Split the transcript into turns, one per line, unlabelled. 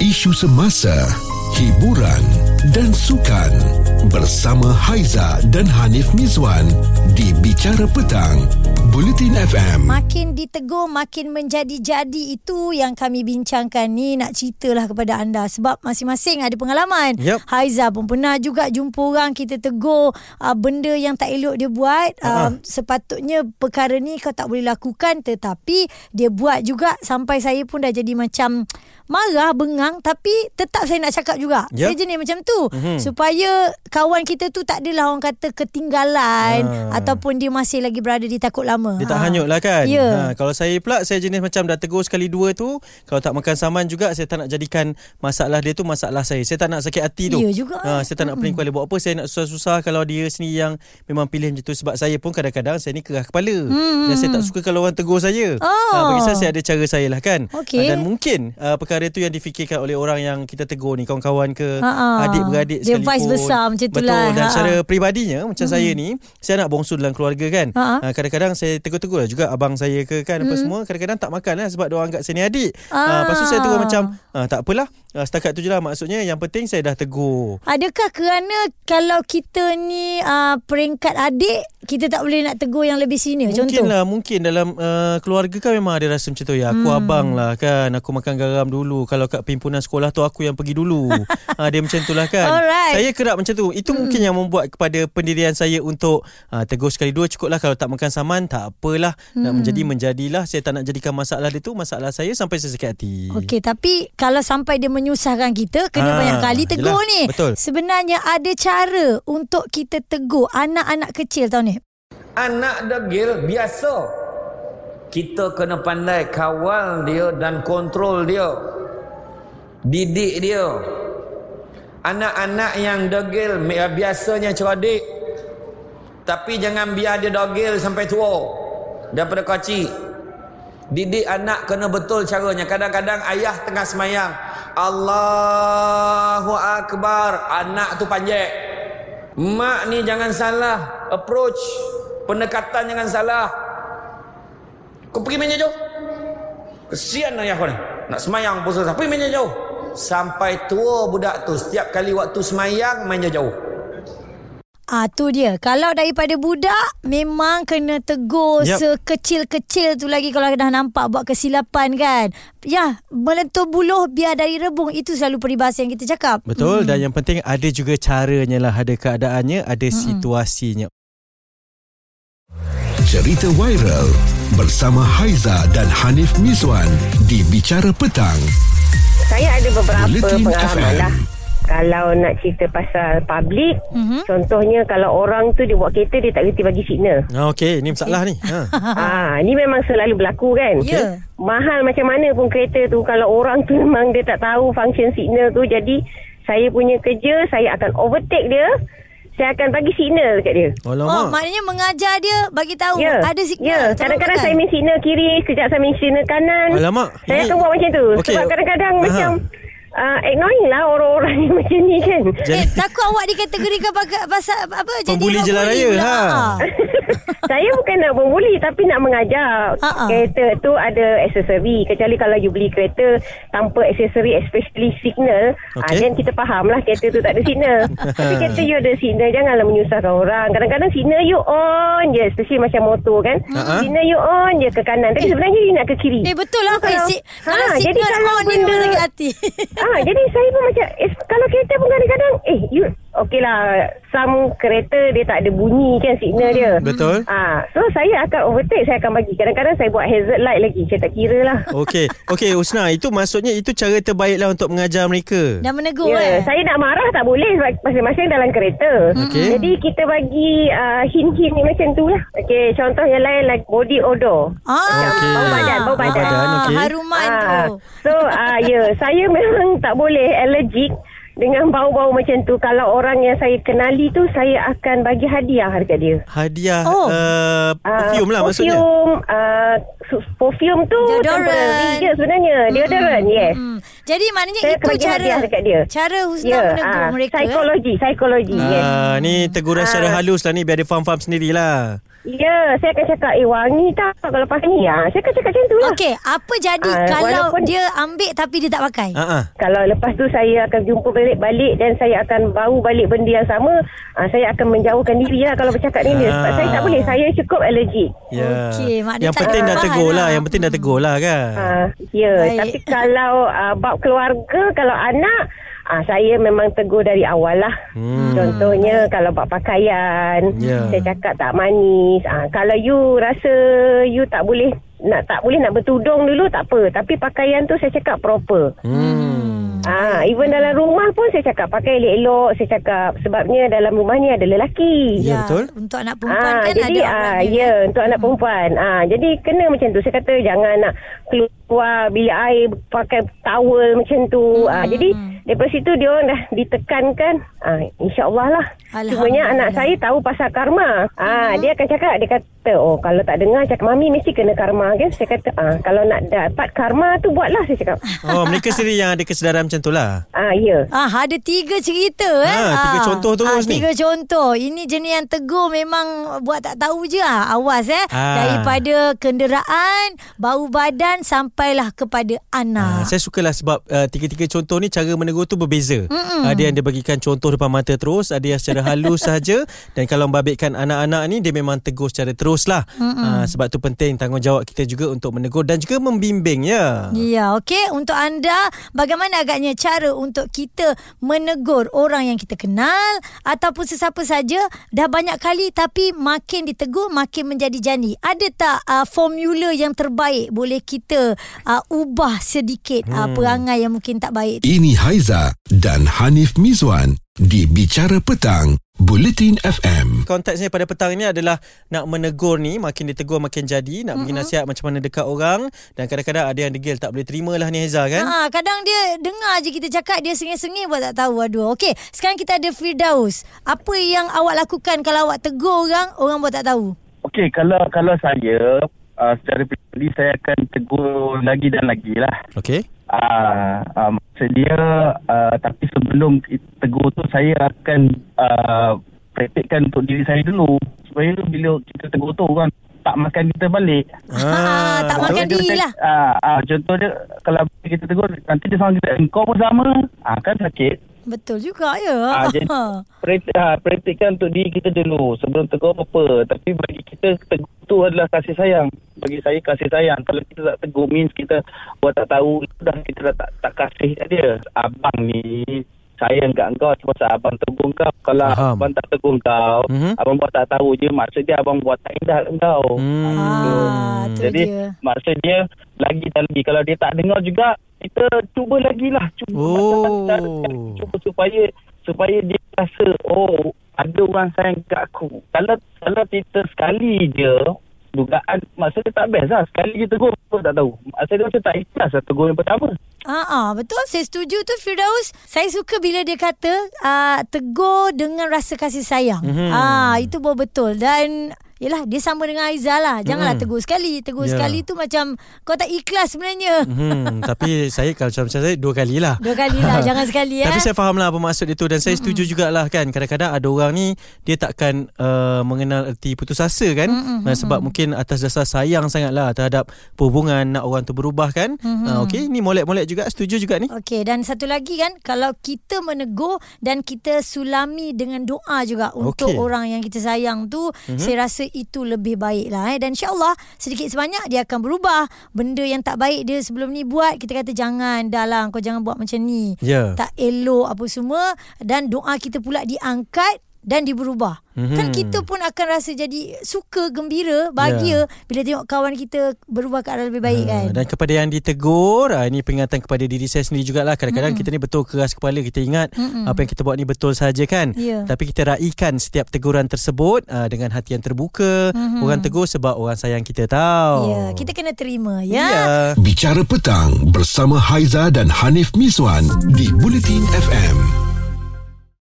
isu semasa, hiburan dan sukan bersama Haiza dan Hanif Mizwan di Bicara Petang, Bulletin FM.
Makin ditegur, makin menjadi-jadi itu yang kami bincangkan ni nak ceritalah kepada anda sebab masing-masing ada pengalaman.
Yep.
Haiza pun pernah juga jumpa orang kita tegur uh, benda yang tak elok dia buat. Uh,
Ah.
sepatutnya perkara ni kau tak boleh lakukan tetapi dia buat juga sampai saya pun dah jadi macam marah, bengang tapi tetap saya nak cakap juga.
Yep.
Saya jenis macam tu.
Mhm.
Mm-hmm. Supaya kawan kita tu tak adalah orang kata ketinggalan
Ah.
ataupun dia masih lagi berada di takut lama.
Dia tak
Ha.
hanyut lah kan
Ya.
ha, Kalau saya pula Saya jenis macam Dah tegur sekali dua tu Kalau tak makan saman juga Saya tak nak jadikan Masalah dia tu Masalah saya Saya tak nak sakit hati tu
Ya juga.
ha, Saya tak nak pening kepala Buat apa Saya nak susah-susah Kalau dia sendiri yang Memang pilih macam tu Sebab saya pun kadang-kadang Saya ni kerah kepala
Hmm,
Dan saya tak suka Kalau orang tegur saya
Oh.
Ah, Bagi saya Saya ada cara saya lah kan
Okey.
Dan mungkin uh, Perkara tu yang difikirkan Oleh orang yang kita tegur ni Kawan-kawan ke
Ha-ha.
Adik-beradik
Ah, Dia
sekalipun
vice versa macam tu
Betul
lah.
Dan
Ha-ha.
secara peribadinya Macam saya ni Saya nak bongsu dalam keluarga kan
Ha-ha.
Ah, kadang-kadang saya tegur-tegur lah juga abang saya ke kan
Mm.
apa semua kadang-kadang tak makan lah sebab dia orang anggap saya ni adik.
Ah.
Ah. lepas tu saya tegur macam ah, tak apalah ah, setakat tu je lah maksudnya yang penting saya dah tegur.
Adakah kerana kalau kita ni uh, peringkat adik, kita tak boleh nak tegur yang lebih senior?
Mungkin
contoh.
lah Mungkin dalam uh, Keluarga kan memang ada rasa macam tu ya Aku
Hmm.
abang lah kan Aku makan garam dulu Kalau kat pimpinan sekolah tu Aku yang pergi dulu ha, Dia macam tu lah kan
Alright. Hmm.
Saya kerap macam tu Itu mungkin yang membuat Kepada pendirian saya Untuk uh, tegur sekali dua Cukup lah Kalau tak makan saman Tak apalah
Hmm.
Nak menjadi Menjadilah Saya tak nak jadikan masalah dia tu Masalah saya Sampai saya sakit hati
Okey, tapi kalau sampai dia menyusahkan kita, kena
Ah,
banyak kali tegur
yelah,
ni.
betul.
Sebenarnya ada cara untuk kita tegur anak-anak kecil tau ni.
Anak degil biasa. Kita kena pandai kawal dia dan kontrol dia. Didik dia. Anak-anak yang degil mi- biasanya cerdik. Tapi jangan biar dia degil sampai tua. Daripada kecil. Didik anak kena betul caranya. Kadang-kadang ayah tengah semayang. Allahu Akbar. Anak tu panjat. Mak ni jangan salah. Approach. Pendekatan jangan salah. Kau pergi main jauh. Kesian ayah kau ni. Nak semayang pun susah. Pergi main jauh. Sampai tua budak tu. Setiap kali waktu semayang main jauh.
Ah tu dia. Kalau daripada budak memang kena tegur yep.
Yap.
sekecil-kecil tu lagi kalau dah nampak buat kesilapan kan. Ya, melentur buluh biar dari rebung itu selalu peribahasa yang kita cakap.
Betul
Hmm.
Dan yang penting Ada juga caranya lah Ada keadaannya Ada situasinya
Cerita viral bersama Haiza dan Hanif Mizwan di Bicara Petang.
Saya ada beberapa
Bulletin
pengalaman
FM.
lah. Kalau nak cerita pasal public,
Mhm.
mm-hmm. contohnya kalau orang tu dia buat kereta dia tak kerti bagi signal.
ah, Okey Ni masalah ni ha.
Ah, ni memang selalu berlaku kan?
Okey. Ya.
Mahal macam mana pun kereta tu kalau orang tu memang dia tak tahu function signal tu jadi saya punya kerja saya akan overtake dia, saya akan bagi signal dekat dia.
Oh,
Alamak
maknanya mengajar dia bagi tahu Oh, ada signal.
Ya, kadang-kadang saya
minta
main signal kiri, sekejap saya main signal kanan.
Alamak, ini-
Saya akan buat macam tu.
Okey.
Okay. Sebab kadang-kadang
Aha.
macam uh, annoying lah orang-orang yang macam ni kan.
Eh,
Jadi-
takut awak dikategorikan pakai- pasal apa jadi
Pembuli
orang
jalan
bully
raya,
pula. Ah.
ha.
saya bukan nak membuli tapi nak mengajar.
Ha-ha.
Kereta tu ada aksesori. Kecuali kalau you beli kereta tanpa aksesori especially signal, okay.
Okey.
then kita faham lah kereta tu tak ada signal. tapi kereta you ada signal, janganlah menyusahkan orang. Kadang-kadang signal you on je, especially macam motor kan.
Ha-ha.
Signal you on je ke kanan. Tapi sebenarnya you nak ke kiri.
Eh betul lah.
So,
Eh, si, kalau
Ha, jadi
signal
kalau
on ni memang
benda-
sakit hati.
ah, jadi saya pun macam eh, kalau kereta pun kadang-kadang eh you okey lah some kereta dia tak ada bunyi kan signal dia.
Betul.
Ah, so saya akan overtake saya akan bagi. Kadang-kadang saya buat hazard light lagi saya tak kira lah.
Okey, okey Usna, itu maksudnya itu cara terbaiklah untuk mengajar mereka.
Dah menegur
Ya,
yeah, eh.
saya nak marah tak boleh sebab masing-masing dalam kereta.
Okey.
Jadi kita bagi uh, hint-hint ni macam tu lah. Okey, contoh yang lain like body odor.
Ah,
Okey.
Bau badan, bau badan.
Bau badan, okey.
Haruman
Ah,
tu.
So ah ya, yeah, saya memang tak boleh allergic dengan bau-bau macam tu. Kalau orang yang saya kenali tu saya akan bagi hadiah dekat dia.
Hadiah
Oh.
oh. uh,
Ah,
perfume lah maksudnya.
Perfume, uh, perfume tu
Deodorant.
temporary je sebenarnya. Deodorant, yes.
Hmm. Jadi maknanya
Saya
itu
akan bagi
cara
hadiah dekat dia.
cara Husna
Ya,
menegur
ah,
mereka. eh.
Psikologi, psikologi, yes.
Ah, ni teguran secara halus lah ni biar dia faham-faham sendirilah.
Ya, saya akan cakap, eh wangi tak kalau pakai ni? Ha, saya akan cakap macam tu lah.
Okey, apa jadi
Ah,
kalau
walaupun-
dia ambil tapi dia tak pakai?
Ha ah.
Kalau lepas tu saya akan jumpa balik-balik dan saya akan bau balik benda yang sama, ha, saya akan menjauhkan diri lah kalau bercakap ni.
Ah.
Ah. Sebab saya tak boleh, saya cukup alergik.
Ya.
Okey, mak dia
yang
tak
penting dah
tahan
tegur
lah.
lah. Yang penting dah tegur lah kan.
Ah, ya,
Baik.
tapi kalau uh, bab keluarga, kalau anak, ah saya memang tegur dari awal lah. Hmm. Contohnya kalau bab pakaian,
Ya.
saya cakap tak manis. Ah kalau you rasa you tak boleh nak tak boleh nak bertudung dulu tak apa, tapi pakaian tu saya cakap proper.
Hmm.
Ah, even dalam rumah pun saya cakap pakai elok-elok. Saya cakap sebabnya dalam rumah ni ada lelaki.
Ya, betul.
Untuk anak perempuan
Ah,
kan
jadi
ada aurat dia.
ah,
eh? kan? Hmm.
ya untuk anak perempuan. Ah, jadi kena macam tu. Saya kata jangan nak keluar bilik air pakai towel macam tu. Ah,
Hmm.
jadi daripada situ dia orang dah ditekankan. Ah, InsyaAllah lah. Cumanya
Alhamdulillah. Hmm.
anak saya tahu pasal karma. Ah, dia akan cakap, dia kata, oh kalau tak dengar cakap mami mesti kena karma kan. Saya kata, ah, kalau nak dapat karma tu buatlah saya cakap.
Oh, mereka sendiri yang ada kesedaran macam tu lah.
Ah, ya.
Ah, ada tiga cerita eh.
Ah, tiga contoh terus ni.
Tiga contoh. Ini jenis yang tegur memang buat tak tahu je ah. Awas eh.
Ah.
Daripada kenderaan, bau badan sampailah kepada
Ah,
anak.
saya sukalah sebab uh, tiga-tiga contoh ni cara menegur tu berbeza. Mm-mm. Ada yang dia bagikan contoh depan mata terus, ada yang secara halus saja dan kalau membabitkan anak-anak ni dia memang tegur secara terus lah. Uh, sebab tu penting tanggungjawab kita juga untuk menegur dan juga membimbing ya.
Ya, okey. Untuk anda, bagaimana agaknya cara untuk kita menegur orang yang kita kenal ataupun sesiapa saja dah banyak kali tapi makin ditegur makin menjadi jani. Ada tak uh, formula yang terbaik boleh kita uh, ubah sedikit hmm. uh, perangai yang mungkin tak baik?
Ini Haiza dan Hanif Mizwan di Bicara Petang, Bulletin FM.
Konteksnya pada petang ni adalah nak menegur ni makin ditegur makin jadi nak bagi nasihat macam mana dekat orang dan kadang-kadang ada yang degil tak boleh terima lah ni Haiza kan.
Ha, kadang dia dengar je kita cakap dia sengih-sengih buat tak tahu. Aduh. Okey, sekarang kita ada Firdaus. Apa yang awak lakukan kalau awak tegur orang, orang buat tak tahu?
Okey, kalau kalau saya uh, secara peribadi saya akan tegur lagi dan lagi lah.
Okey.
Uh, uh, maksud dia, uh, tapi sebelum tegur tu saya akan uh, praktikkan untuk diri saya dulu. Supaya bila kita tegur tu orang tak makan kita balik.
Ah.
Ha, tak makan
Contoh dia
diri
macam-
lah.
Ah, ah, contoh dia, kalau kita tegur, nanti dia sama kita, engkau pun sama. Ah, kan sakit.
Betul juga ya.
Ah, jadi praktik, ah, praktikkan untuk diri kita dulu sebelum tegur apa-apa. Tapi bagi kita tegur tu adalah kasih sayang. Bagi saya kasih sayang. Kalau kita tak tegur means kita buat tak tahu dah kita dah tak tak kasih kat dia. Abang ni sayang kat kau sebab abang tegur kau. Kalau
Faham.
abang tak tegur kau,
Mhm.
mm-hmm. abang buat tak tahu je maksud dia abang buat tak indah kat kau.
Hmm.
Ah, tu
Jadi
dia.
maksud dia lagi dan lagi kalau dia tak dengar juga kita cuba lagi lah cuba
Oh.
macam mana cara kita cuba supaya supaya dia rasa oh ada orang sayang kat aku. Kalau kalau kita sekali je dugaan maksud dia tak best lah sekali je tegur pun tak tahu. Maksud dia macam tak ikhlas lah tegur yang pertama.
Ah, ah, betul. Saya setuju tu Firdaus. Saya suka bila dia kata ah, tegur dengan rasa kasih sayang.
Hmm.
Mm-hmm. Ah, itu baru betul dan Yelah dia sama dengan Aizah lah Janganlah
Mm-mm.
tegur sekali Tegur yeah.
Ya.
sekali tu macam Kau tak ikhlas sebenarnya
Hmm, tapi saya kalau macam macam saya dua kali lah.
Dua kali lah Jangan sekali
Tapi
eh
saya faham lah apa maksud dia tu dan saya setuju jugalah kan kadang-kadang ada orang ni dia takkan uh, mengenal erti putus asa kan mm sebab mungkin atas dasar sayang sangatlah terhadap perhubungan nak orang tu berubah kan mm-hmm. uh, okey ni molek-molek juga setuju juga ni
Okey dan satu lagi kan kalau kita menegur dan kita sulami dengan doa juga okay. untuk
Okey. Mhm.
orang yang kita sayang tu mm-hmm. saya rasa itu lebih baik lah eh dan insyaallah sedikit sebanyak dia akan berubah benda yang tak baik dia sebelum ni buat kita kata jangan dah lah kau jangan buat macam ni
Ya.
tak elok apa semua dan doa kita pula diangkat dan diberubah.
Mhm.
Mm-hmm. Kan kita pun akan rasa jadi suka, gembira, bahagia yeah. bila tengok kawan kita berubah ke arah lebih baik kan.
Ha, Ya. Dan kepada yang ditegur, ah, ini peringatan kepada diri saya sendiri jugalah. Kadang-kadang kita ni betul keras kepala, kita ingat mm apa yang kita buat ni betul saja kan.
Ya.
Tapi kita raikan setiap teguran tersebut ah, dengan hati yang terbuka. Orang tegur sebab orang sayang kita tahu.
Mm-hmm. Ya, kita kena terima ya.
Ya.
Bicara Petang bersama Haiza dan Hanif Mizwan di Bulletin FM.